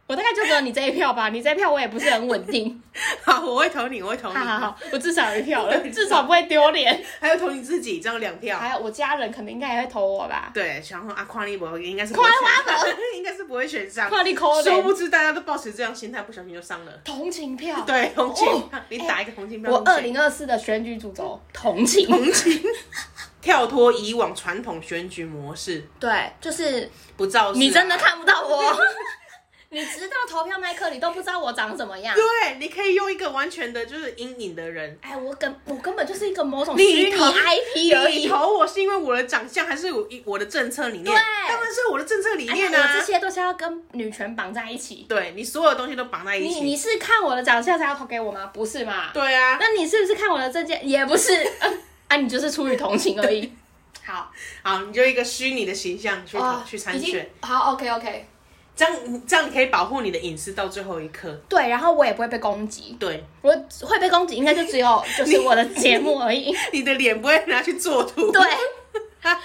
Speaker 1: 我大概就只有你这一票吧，你这一票我也不是很稳定。
Speaker 2: 好，我会投你，我会投
Speaker 1: 好
Speaker 2: 你，
Speaker 1: 好好，我至少有一票了，至少不会丢脸。
Speaker 2: 还有投你自己，这样两票。
Speaker 1: 还有我家人可能应该也会投我吧，
Speaker 2: 对，然后啊，邝立博应该是不会
Speaker 1: 邝
Speaker 2: 选上， (laughs) 应该是不会选上。
Speaker 1: 快力扣
Speaker 2: 殊不
Speaker 1: 脸，
Speaker 2: 知大家都抱持这样心态，不小心就上了。
Speaker 1: 同情票。
Speaker 2: 对，同情
Speaker 1: 哦，
Speaker 2: 你打一个同情票。
Speaker 1: 我
Speaker 2: 同
Speaker 1: 二
Speaker 2: 情
Speaker 1: 零二四的选举主轴同情，
Speaker 2: 同情，跳脱以往传统选举模式，
Speaker 1: 对，就是
Speaker 2: 不造势啊。
Speaker 1: 你真的看不到我， (laughs) 你直到投票那一刻，你都不知道我长什么样。
Speaker 2: 对，你可以用一个完全的就是阴影的人。
Speaker 1: 哎，我根我根本就是一个某种
Speaker 2: 你
Speaker 1: 虚拟
Speaker 2: 投
Speaker 1: IP 而
Speaker 2: 你
Speaker 1: 已。
Speaker 2: 投我是因为我的长相，还是我我的政策理念？
Speaker 1: 对
Speaker 2: 当然是我的政策理
Speaker 1: 哎
Speaker 2: 念
Speaker 1: 呀，
Speaker 2: 啊
Speaker 1: 我这。些都是要跟女权绑在一起。
Speaker 2: 对你所有东西都绑在一
Speaker 1: 你
Speaker 2: 起。
Speaker 1: 你是看我的长相才要投给我吗？不是嘛？
Speaker 2: 对啊，
Speaker 1: 那你是不是看我的证件？也不是， (laughs) 啊，你就是出于同情而已。好，
Speaker 2: 好，你就一个虚拟的形象去、
Speaker 1: 哦
Speaker 2: 去参
Speaker 1: 已经
Speaker 2: 选，
Speaker 1: 好，OK OK。
Speaker 2: 这样这样你可以保护你的隐私到最后一刻。
Speaker 1: 对，然后我也不会被攻击，
Speaker 2: 对，
Speaker 1: 我会被攻击应该就只有就是我的节目而已。
Speaker 2: 你的脸不会拿去做图。
Speaker 1: 对，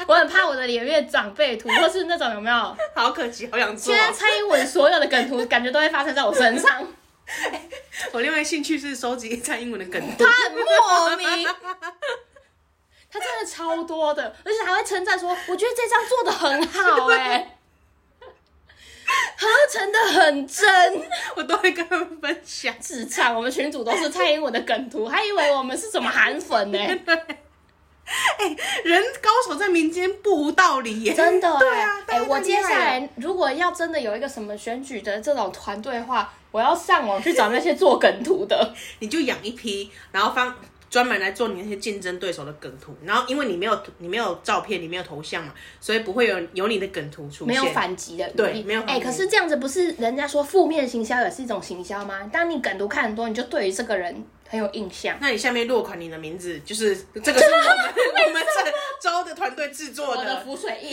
Speaker 1: 我很怕我的脸越长辈图，或是那种
Speaker 2: (laughs)
Speaker 1: 有没有？
Speaker 2: (laughs) 好可惜，好想做啊
Speaker 1: 现。在蔡英文所有的梗图，感觉都会发生在我身上。
Speaker 2: 我另外兴趣是收集蔡英文的梗图
Speaker 1: 他。
Speaker 2: (laughs)
Speaker 1: 很莫名， (laughs) 他真的超多的，而且还会称赞说：“我觉得这张做的很好、
Speaker 2: (laughs)
Speaker 1: 哎，合成的很真。
Speaker 2: 我都会跟他们分享”。
Speaker 1: 智障，我们群主都是蔡英文的梗图，还以为我们是什么韩粉呢、欸
Speaker 2: (laughs) 啊人高手在民间不无道理耶。
Speaker 1: 真的、哎
Speaker 2: 对啊
Speaker 1: 哎、
Speaker 2: 大家
Speaker 1: 我
Speaker 2: 太
Speaker 1: 接
Speaker 2: 厉害
Speaker 1: 下来如果要真的有一个什么选举的这种团队的话，我要上网去找那些做梗图的。
Speaker 2: 你就养一批，然后放专门来做你那些竞争对手的梗图。然后因为你没有你没有照片，你没有头像嘛，所以不会有有你的梗图出现。
Speaker 1: 没有反击的余地
Speaker 2: 对没有
Speaker 1: 哎、
Speaker 2: 反击
Speaker 1: 可是这样子不是人家说负面行销也是一种行销吗？当你梗图看很多，你就对于这个人很有印象。
Speaker 2: 那你下面落款你的名字，就是这个是我
Speaker 1: (laughs)
Speaker 2: 们我们这周的团队制作
Speaker 1: 我的
Speaker 2: 的，
Speaker 1: 浮水印，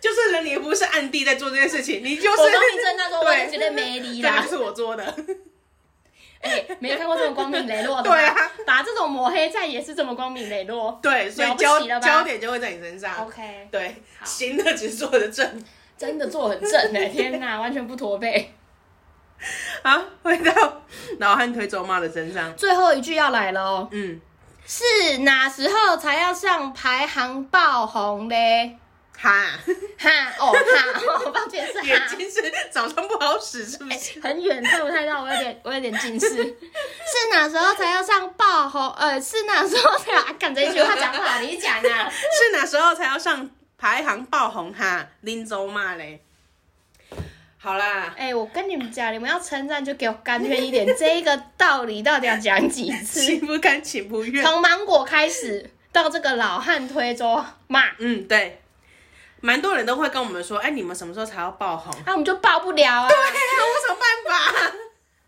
Speaker 2: 就是人你不是暗地在做这件事情，你就
Speaker 1: 我
Speaker 2: 是
Speaker 1: 光明正大说，我也觉
Speaker 2: (laughs) 对，
Speaker 1: 得没理
Speaker 2: 这
Speaker 1: 啦
Speaker 2: 个就。是我
Speaker 1: (laughs)
Speaker 2: 做的，
Speaker 1: (laughs) 哎、没看过这么光明磊落的。
Speaker 2: (laughs) 对啊，
Speaker 1: 把这种抹黑在也是这么光明磊落。
Speaker 2: 对，所以
Speaker 1: 了不
Speaker 2: 焦
Speaker 1: 起了吧
Speaker 2: 焦点就会在你身上。
Speaker 1: OK，
Speaker 2: 对，
Speaker 1: 好
Speaker 2: 行的只做的正。 (laughs)
Speaker 1: 真的做很正哎、天哪，完全不驼背。
Speaker 2: 好，回到老汉推走马的身上，
Speaker 1: 最后一句要来了哦，
Speaker 2: 嗯，
Speaker 1: 是哪时候才要上排行爆红嘞？
Speaker 2: 哈，
Speaker 1: 哈哦哈，哦抱歉是
Speaker 2: (laughs) 眼
Speaker 1: 哈。
Speaker 2: 睛是早上不好使是不
Speaker 1: 哎、(laughs)
Speaker 2: 是？
Speaker 1: 很远看不太到，我有点我有点近视。 (laughs) 是哪时候才要上爆红？呃，是哪时候才要？啊干、这一句话讲不好，你讲啊。
Speaker 2: 是哪时候才要上排行爆红哈？林州骂嘞，好啦，
Speaker 1: (laughs) 哎、我跟你们讲，你们要称赞就给我甘愿一点，这一个道理到底要讲几次？ (laughs)
Speaker 2: 情不甘情不愿。
Speaker 1: 从芒果开始到这个老汉推桌骂，啊
Speaker 2: 嗯，对，蛮多人都会跟我们说，哎、你们什么时候才要爆红？
Speaker 1: 那、我们就爆不了啊。
Speaker 2: 哎呀，我有什么办法？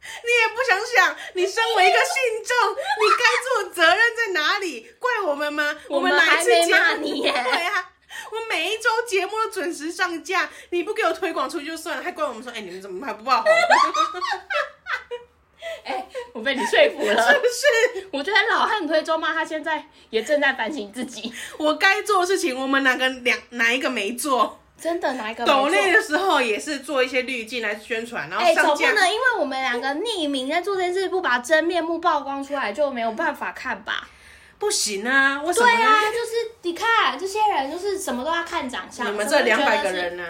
Speaker 2: 你也不想想，你身为一个信众，你该做的责任在哪里？怪我们吗？
Speaker 1: 我们
Speaker 2: 们哪一次节
Speaker 1: 还没骂
Speaker 2: 目
Speaker 1: 你耶
Speaker 2: 对啊，我每一周节目都准时上架，你不给我推广出去就算了，还怪我们说，哎、你们怎么还不
Speaker 1: (laughs)
Speaker 2: 爆红？
Speaker 1: 哎、我被你说服
Speaker 2: 是
Speaker 1: 了。
Speaker 2: 不是？
Speaker 1: (laughs) 我觉得老汉推桌骂他现在也正在反省自己，
Speaker 2: 我该做的事情，我们哪个两哪一个没做？
Speaker 1: 真的哪一个没
Speaker 2: 抖
Speaker 1: 错？
Speaker 2: 内的时候也是做一些滤镜来宣传，然后
Speaker 1: 哎，
Speaker 2: 上
Speaker 1: 总不
Speaker 2: 架。
Speaker 1: 能因为我们两个匿名在做这件事，不把真面目曝光出来，就没有办法看吧？
Speaker 2: 不行啊，为什
Speaker 1: 对
Speaker 2: 么呢？
Speaker 1: 啊，就是你看这些人，就是什么都要看长相。
Speaker 2: 你们
Speaker 1: 什
Speaker 2: 这
Speaker 1: 么都觉
Speaker 2: 两
Speaker 1: 得
Speaker 2: 百个
Speaker 1: 是
Speaker 2: 人呢、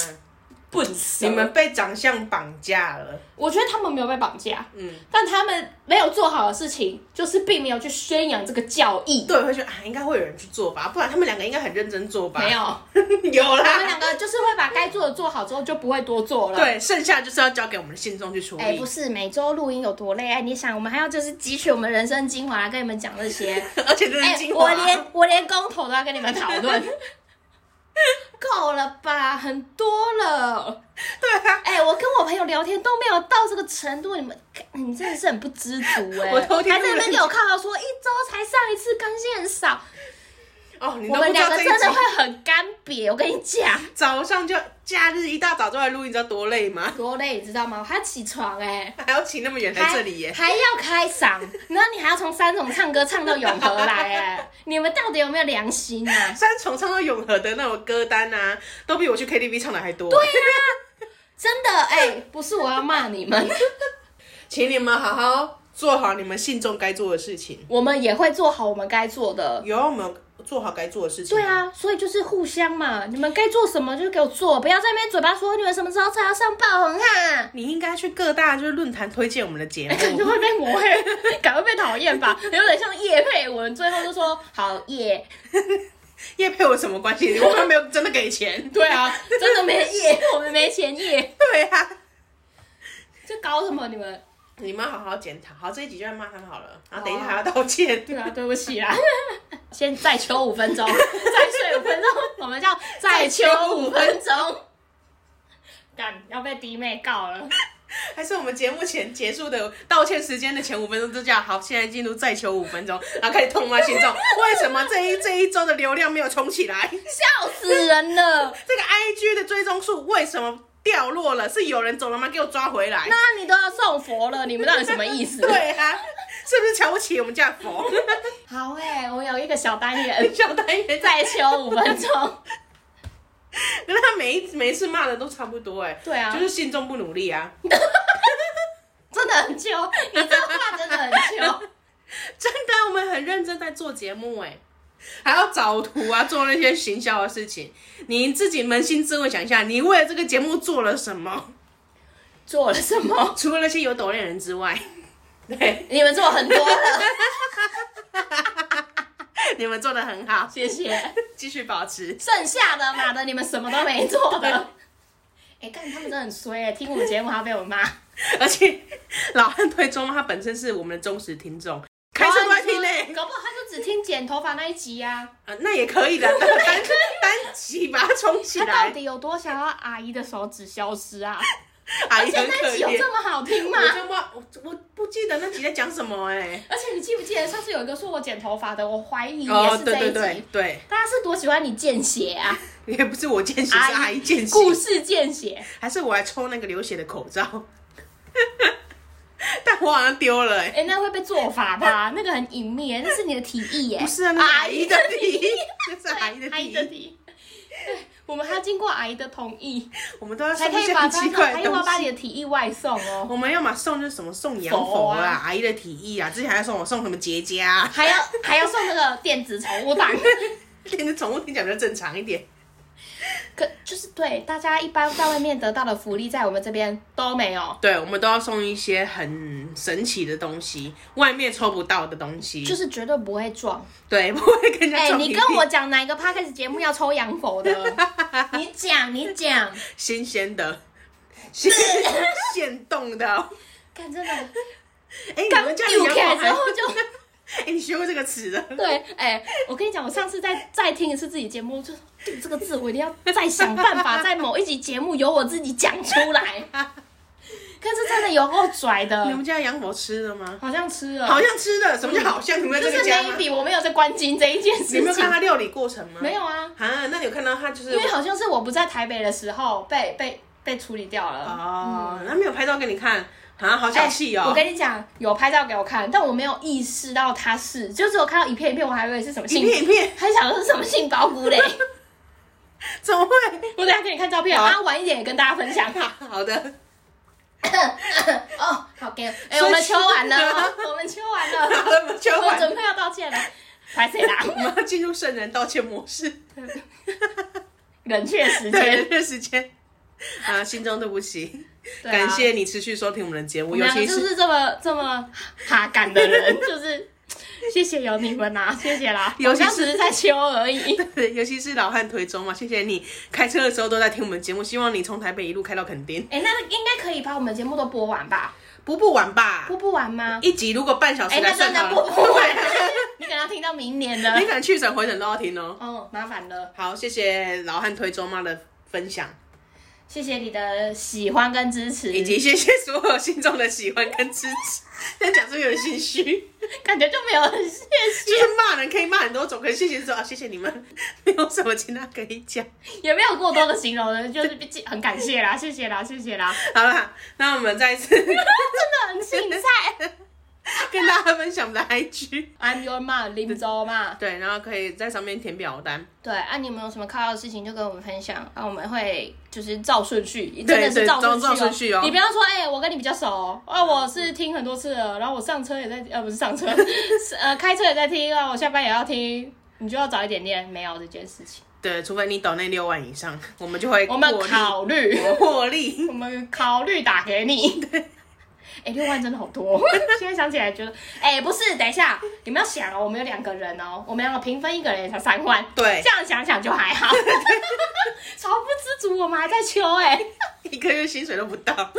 Speaker 1: 笨
Speaker 2: 你
Speaker 1: 死了
Speaker 2: 们被长相绑架了。
Speaker 1: 我觉得他们没有被绑架，
Speaker 2: 嗯，
Speaker 1: 但他们没有做好的事情，就是并没有去宣扬这个教义。
Speaker 2: 对，我会觉得啊，应该会有人去做吧，不然他们两个应该很认真做吧。
Speaker 1: 没， (laughs) 有，
Speaker 2: (laughs) 有
Speaker 1: 他们
Speaker 2: 啦。
Speaker 1: 两个就是会把该做的做好之后，就不会多做了。。
Speaker 2: 对，剩下就是要交给我们的信众去处理。
Speaker 1: 哎、不是每周录音有多累？哎、你想，我们还要就是汲取我们人生精华来跟你们讲这些。
Speaker 2: 而且这
Speaker 1: 哎、
Speaker 2: 是精华。
Speaker 1: 我连我连公投都要跟你们讨论，
Speaker 2: (laughs)
Speaker 1: 够了吧？很多了。
Speaker 2: 对啊，
Speaker 1: 哎、我跟我朋友聊天都没有到这个程度，你们你们真的是很不知足哎、
Speaker 2: (laughs) 我偷听
Speaker 1: 还在那
Speaker 2: 路
Speaker 1: 边
Speaker 2: 人
Speaker 1: 给我靠靠说一周才上一次更新很少，
Speaker 2: 哦，你都
Speaker 1: 我
Speaker 2: 不
Speaker 1: 们
Speaker 2: 知道
Speaker 1: 两个
Speaker 2: 这一
Speaker 1: 真的
Speaker 2: 集
Speaker 1: 会很干瘪。我跟你讲，
Speaker 2: 早上就假日一大早就来录音，你知道多累吗？ (laughs)
Speaker 1: 多累你知道吗？我还要起床哎、
Speaker 2: 还要骑那么远来
Speaker 1: 还
Speaker 2: 这里耶。
Speaker 1: 还要开嗓，然后你还要从三重唱歌唱到永和来哎、你们到底有没有良心啊？
Speaker 2: 三重唱到永和的那种歌单啊，都比我去 KTV 唱的还多。对，
Speaker 1: 对啊，真的哎、不是我要骂你们，
Speaker 2: 请你们好好做好你们信众该做的事情。
Speaker 1: 我们也会做好我们该做的。
Speaker 2: 有啊，我们有做好该做的事情。
Speaker 1: 对，啊，所以就是互相嘛，你们该做什么就给我做，不要在那边嘴巴说你们什么时候才要上爆红啊。 (laughs)
Speaker 2: 你应该去各大就是论坛推荐我们的节
Speaker 1: 你就
Speaker 2: 目。 (laughs)
Speaker 1: 会被抹黑， (laughs) 赶快被讨厌吧，有点像叶佩文，最后就说好叶，
Speaker 2: 叶配我什么关系？我们没有真的给钱。
Speaker 1: 对啊，真的没叶，我们没钱叶，
Speaker 2: 对啊，
Speaker 1: 这搞什么你们？
Speaker 2: 你们好好检讨。好，这一集就要骂他们好了。然后等一下还要道
Speaker 1: (laughs)
Speaker 2: 歉。
Speaker 1: 对啊，对不起啦，先再休五 (laughs) 分钟，再睡五分钟，我们叫再休五分钟。干，要被弟妹告了。
Speaker 2: 还是我们节目前结束的道歉时间的前五分钟就叫好，现在进入再求五分钟，然后开始痛骂信众，为什么这一这一周的流量没有冲起
Speaker 1: (laughs)
Speaker 2: 来？
Speaker 1: 笑死人了！
Speaker 2: 这 (laughs) 个 IG 的追踪数为什么掉落了？是有人走了吗？给我抓回来！
Speaker 1: 那你都要送佛了，你们到底什么意思？
Speaker 2: 对啊，是不是瞧不起我们家的佛？ (laughs)
Speaker 1: 好哎、我有一个小单元，
Speaker 2: 小单元
Speaker 1: (laughs)
Speaker 2: 在，
Speaker 1: 再休五分钟。
Speaker 2: (laughs) 可是他每一每一次骂的都差不多哎、
Speaker 1: 对啊
Speaker 2: 就是信众不努力啊，
Speaker 1: 真的很秋，你这话真的很秋。
Speaker 2: (laughs) 真的，我们很认真在做节目哎、还要找图啊，做那些行销的事情。你自己扪心自问想一下，你为了这个节目做了什么？ (laughs)
Speaker 1: 做了什么？
Speaker 2: 除了那些有抖恋人之外， (laughs) 对，
Speaker 1: 你们做很多
Speaker 2: (laughs)
Speaker 1: 了，
Speaker 2: 你们做的很好， (laughs)
Speaker 1: 谢谢。
Speaker 2: 继续保持。
Speaker 1: 剩下的妈的，你们什么都没做的。哎、干他们真的很衰、听我们节目还要被我骂。
Speaker 2: 而且老汉推中他本身是我们的忠实听众，开车都在听呢、欸
Speaker 1: 你说搞不好他就只听剪头发那一集呀、
Speaker 2: 啊，那也可以 (laughs) 的，单单单集把它冲起
Speaker 1: 他到
Speaker 2: 来，
Speaker 1: 底有多想要阿姨的手指消失
Speaker 2: (laughs)
Speaker 1: 啊？
Speaker 2: 阿
Speaker 1: 而
Speaker 2: 姨
Speaker 1: 且
Speaker 2: 很可
Speaker 1: 那一集有
Speaker 2: 怜。
Speaker 1: 这么好听吗
Speaker 2: 我？就忘我我不记得那集在讲什么哎、
Speaker 1: 而且你记不记得上次有一个说我剪头发的，我怀疑也
Speaker 2: 哦，
Speaker 1: 是
Speaker 2: 对
Speaker 1: 这一
Speaker 2: 对
Speaker 1: 集。
Speaker 2: 对对，
Speaker 1: 大家是多喜欢你见血啊，
Speaker 2: 也不是我见 (laughs) 血，是
Speaker 1: 阿姨
Speaker 2: 阿姨见血，
Speaker 1: 啊故事见血。
Speaker 2: 还是我还抽那个流血的口罩， (laughs) 但我好像丢了哎、
Speaker 1: 哎、那会被做法吧？ (laughs) 那个很隐秘耶，那是你的提议耶。
Speaker 2: 不是啊，那是阿姨的题，那是阿姨的
Speaker 1: 阿姨的
Speaker 2: 题，
Speaker 1: 题。对哎我们还要经过阿姨的同
Speaker 2: (laughs)
Speaker 1: 意，
Speaker 2: 我们都要送
Speaker 1: 才可
Speaker 2: 一
Speaker 1: 以
Speaker 2: 些
Speaker 1: 把
Speaker 2: 很
Speaker 1: 它
Speaker 2: 奇怪
Speaker 1: 还
Speaker 2: 的
Speaker 1: 有
Speaker 2: 东
Speaker 1: 要把
Speaker 2: 西。
Speaker 1: 你的提议外送哦，
Speaker 2: 我们要么送就是什么送洋
Speaker 1: 佛
Speaker 2: 佛
Speaker 1: 啊
Speaker 2: 啦、阿姨的提议啊，之前还送我送什么 (laughs) 结痂、啊，
Speaker 1: 还要还要送那个电子宠
Speaker 2: (laughs)
Speaker 1: 物档。
Speaker 2: 那个宠物听起来比较正常一点。
Speaker 1: 可就是对大家一般在外面得到的福利，在我们这边都没有，
Speaker 2: 对，我们都要送一些很神奇的东西，外面抽不到的东西，
Speaker 1: 就是绝对不会撞。
Speaker 2: 对，不会跟人家
Speaker 1: 哎、
Speaker 2: 撞
Speaker 1: 你
Speaker 2: 鼻
Speaker 1: 跟
Speaker 2: 涕
Speaker 1: 我讲哪个 p o d c a s 节目要抽洋佛
Speaker 2: (laughs)
Speaker 1: 的？你讲，你讲。
Speaker 2: 新鲜的，现现
Speaker 1: (laughs)
Speaker 2: 冻的哦。
Speaker 1: 看，真的，
Speaker 2: 哎、你
Speaker 1: 刚
Speaker 2: 们家
Speaker 1: 丢
Speaker 2: 里养
Speaker 1: 开
Speaker 2: 狗
Speaker 1: 之
Speaker 2: 还
Speaker 1: 后？就。
Speaker 2: (laughs) 哎、你学会这个词 (laughs) 的？
Speaker 1: 对，哎、我跟你讲，我上次再再听一次自己节目，就对这个字，我一定要再想办法，在某一集节目由我自己讲出
Speaker 2: (laughs)
Speaker 1: 来。可是真的有够拽
Speaker 2: 你 (laughs)
Speaker 1: 的，
Speaker 2: 们家养狗吃的吗？
Speaker 1: 好像吃了，
Speaker 2: 好像吃的，什么叫好像？你
Speaker 1: 嗯
Speaker 2: 们
Speaker 1: 就
Speaker 2: 在这
Speaker 1: 是
Speaker 2: 个家吗？
Speaker 1: maybe 我没有在关心这一件
Speaker 2: 你
Speaker 1: 事
Speaker 2: 没有看
Speaker 1: 情，
Speaker 2: 它料理过程吗？
Speaker 1: 没。有啊，
Speaker 2: 啊，那你有看到它就是
Speaker 1: 因为好像是我不在台北的时候被被被处理掉了。哎
Speaker 2: 哦，那没有拍照给你看啊，好小气哦。
Speaker 1: 嗯我跟你讲，有拍照给我看，但我没有意识到它是，就只有看到一片一片，我还以为是什么
Speaker 2: 一
Speaker 1: 杏，
Speaker 2: 片一片，
Speaker 1: 还想说是什么杏鲍
Speaker 2: (laughs)
Speaker 1: 菇嘞。
Speaker 2: 怎么会？ (laughs)
Speaker 1: 我等一下给你看照片，
Speaker 2: 好
Speaker 1: 啊，晚一点也跟大家分享。
Speaker 2: 好好的，
Speaker 1: 哦，好给，哎、
Speaker 2: 所以
Speaker 1: 我们秋完了，
Speaker 2: 啊
Speaker 1: (laughs) 我们秋完
Speaker 2: 好 (laughs)
Speaker 1: 了，
Speaker 2: 了，我们
Speaker 1: (laughs)
Speaker 2: 交
Speaker 1: 我
Speaker 2: 换，
Speaker 1: 准备要道歉了，拍谁啦？ (laughs)
Speaker 2: 我们要进入圣人道歉模式。
Speaker 1: 冷却时
Speaker 2: 对，
Speaker 1: 间，
Speaker 2: 这时间啊，心中对不起，
Speaker 1: 对啊
Speaker 2: 感。谢你持续收听我们的节目，
Speaker 1: 我
Speaker 2: 尤
Speaker 1: 们两个
Speaker 2: 其
Speaker 1: 就是是这么这么哈感的
Speaker 2: (laughs)
Speaker 1: 人，就是谢谢有你们啦，谢谢啦。
Speaker 2: 尤其是
Speaker 1: 我们当时在秋而已，
Speaker 2: 对 (laughs) 尤其是老汉推中嘛，谢谢你开车的时候都在听我们节目，希望你从台北一路开到垦丁，
Speaker 1: 哎、那应该可以把我们节目都播完吧？
Speaker 2: 不不晚吧
Speaker 1: 播？不完吗？
Speaker 2: 一集如果半小
Speaker 1: 哎、
Speaker 2: 时
Speaker 1: 那
Speaker 2: 来
Speaker 1: 真
Speaker 2: 算
Speaker 1: 的
Speaker 2: 好
Speaker 1: 播
Speaker 2: 了，
Speaker 1: 不完， (laughs) 你可能要听到明年了
Speaker 2: (laughs) 你。可能去省回省都要听哦。
Speaker 1: 哦，麻烦了，
Speaker 2: 好，谢谢老汉推中妈的分享，
Speaker 1: 谢谢你的喜欢跟支持，
Speaker 2: 以及谢谢所有心中的喜欢跟支
Speaker 1: (laughs)
Speaker 2: 持。但讲出有点心虚，
Speaker 1: 感觉就没有很谢谢。
Speaker 2: 就是骂人可以骂很多种，可是谢谢说啊，谢谢你们， (laughs) 没有什么其他可以讲。
Speaker 1: 也没有过多的形容了，就是很感谢啦，谢
Speaker 2: (laughs)
Speaker 1: 谢啦，谢谢啦，
Speaker 2: 好啦，那我们再一次。 (laughs)
Speaker 1: 真的很精彩。
Speaker 2: 跟大家分享我们的 IG。
Speaker 1: I'm your mom，林州嘛。
Speaker 2: 对，然后可以在上面填表单，
Speaker 1: 对，啊，你们有什么看到的事情就跟我们分享，啊，我们会就是照顺序，
Speaker 2: 对
Speaker 1: 真的是
Speaker 2: 对
Speaker 1: 照
Speaker 2: 照照顺
Speaker 1: 顺
Speaker 2: 序
Speaker 1: 序
Speaker 2: 哦
Speaker 1: 你不要说，哎、我跟你比较熟哦，啊，我是听很多次了，然后我上车也在，呃，不是上车， (laughs) 是呃，开车也在听啊，我下班也要听，你就要早一点练，没有这件事情，
Speaker 2: 对，除非你抖那六万以上，我们就会
Speaker 1: 我们
Speaker 2: 获利
Speaker 1: 考虑，
Speaker 2: 我获利。
Speaker 1: 我们考虑打给
Speaker 2: (laughs)
Speaker 1: 你。对。哎、六万真的好多，现在想起来觉得，哎、不是，等一下，你们要想哦，我们有两个人哦，我们两个平分一个人也才三万，
Speaker 2: 对
Speaker 1: 这，样想想就还 (laughs) 好，超不知足，我们还在秋哎、
Speaker 2: 一个月薪水都不到， (laughs)
Speaker 1: 啊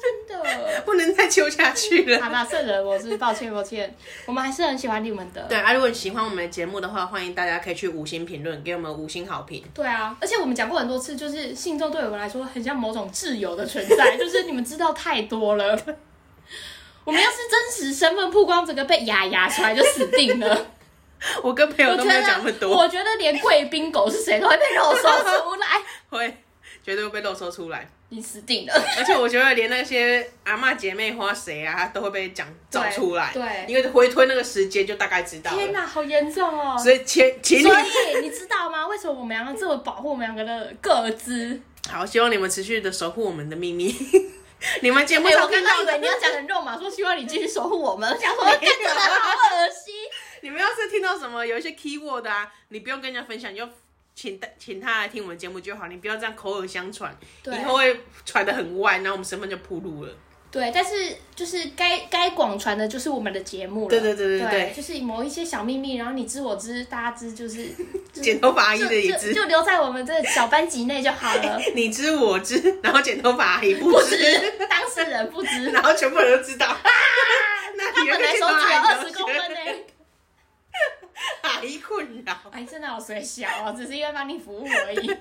Speaker 1: 真的。
Speaker 2: 不能再揪下去了
Speaker 1: 好。啦，圣人，我是抱歉抱歉，我们还是很喜欢你们的。
Speaker 2: 对啊，如果你喜欢我们的节目的话，欢迎大家可以去五星评论，给我们五星好评。
Speaker 1: 对啊，而且我们讲过很多次，就是信众对我们来说很像某种挚友的存 (laughs) 在，就是你们知道太多了。我们要是真实身份曝光，整个被牙牙出来就死定了。
Speaker 2: 我跟朋
Speaker 1: (laughs)
Speaker 2: 友
Speaker 1: 我
Speaker 2: 都
Speaker 1: 觉
Speaker 2: 没有讲那么
Speaker 1: 得，
Speaker 2: 多，
Speaker 1: 我觉得连贵宾狗是谁都会被肉搜出来，
Speaker 2: 会绝对会被漏搜出来。
Speaker 1: 你死定 (laughs) 了。
Speaker 2: (laughs) 而且我觉得连那些阿嬷姐妹花谁啊，都会被讲找出来。
Speaker 1: 对
Speaker 2: 因为回推那个时间就大概知道了。
Speaker 1: 天哪，好严重哦！
Speaker 2: 所以前 (laughs) 请你
Speaker 1: 所以你知道吗？为什么我们两个这么保护我们两个的各自？
Speaker 2: 好，希望你们持续的守护我们的秘密。 (laughs) 你们节目
Speaker 1: 哎、
Speaker 2: 上
Speaker 1: 我刚
Speaker 2: 看
Speaker 1: 刚
Speaker 2: 到
Speaker 1: 以为你
Speaker 2: 的，
Speaker 1: 要讲很肉麻，说希望你继续守护我们，我想说干这个好恶心。
Speaker 2: (laughs) 你们要是听到什么有一些 keyword 啊，你不用跟人家分享，你就请他请他来听我们节目就好，你不要这样口耳相传，
Speaker 1: 对
Speaker 2: 以后会传的很歪，然后我们身份就铺路了。
Speaker 1: 对，但是就是该该广传的就是我们的节目了。
Speaker 2: 对对对对
Speaker 1: 对
Speaker 2: 对
Speaker 1: 就是某一些小秘密，然后你知我知，大家知，就是
Speaker 2: (laughs) 剪头发阿姨
Speaker 1: 就
Speaker 2: 的也
Speaker 1: 就
Speaker 2: 知，
Speaker 1: 就留在我们这小班级内就好了。
Speaker 2: (laughs) 你知我知，然后剪头发阿姨不
Speaker 1: 不
Speaker 2: 知，
Speaker 1: 知当事人不知，
Speaker 2: 然后全部人都
Speaker 1: (laughs)
Speaker 2: 知道。那
Speaker 1: 他
Speaker 2: (laughs) 你
Speaker 1: 本
Speaker 2: 们
Speaker 1: 来
Speaker 2: 剪
Speaker 1: 手
Speaker 2: 头
Speaker 1: 指有
Speaker 2: 发
Speaker 1: 二
Speaker 2: 阿姨
Speaker 1: 十
Speaker 2: 都
Speaker 1: 公
Speaker 2: 觉
Speaker 1: 分呢、
Speaker 2: 得 (laughs) 阿姨困扰。
Speaker 1: 哎，真的好水小哦，只是因为帮你服务而已。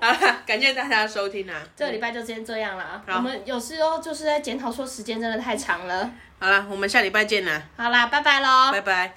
Speaker 2: 好了，感谢大家的收听啊！
Speaker 1: 这个礼拜就先这样了。啊
Speaker 2: 好
Speaker 1: 我们有时候就是在检讨说时间真的太长了。
Speaker 2: 好了，我们下礼拜见啦，
Speaker 1: 好啦，拜拜喽。
Speaker 2: 拜拜。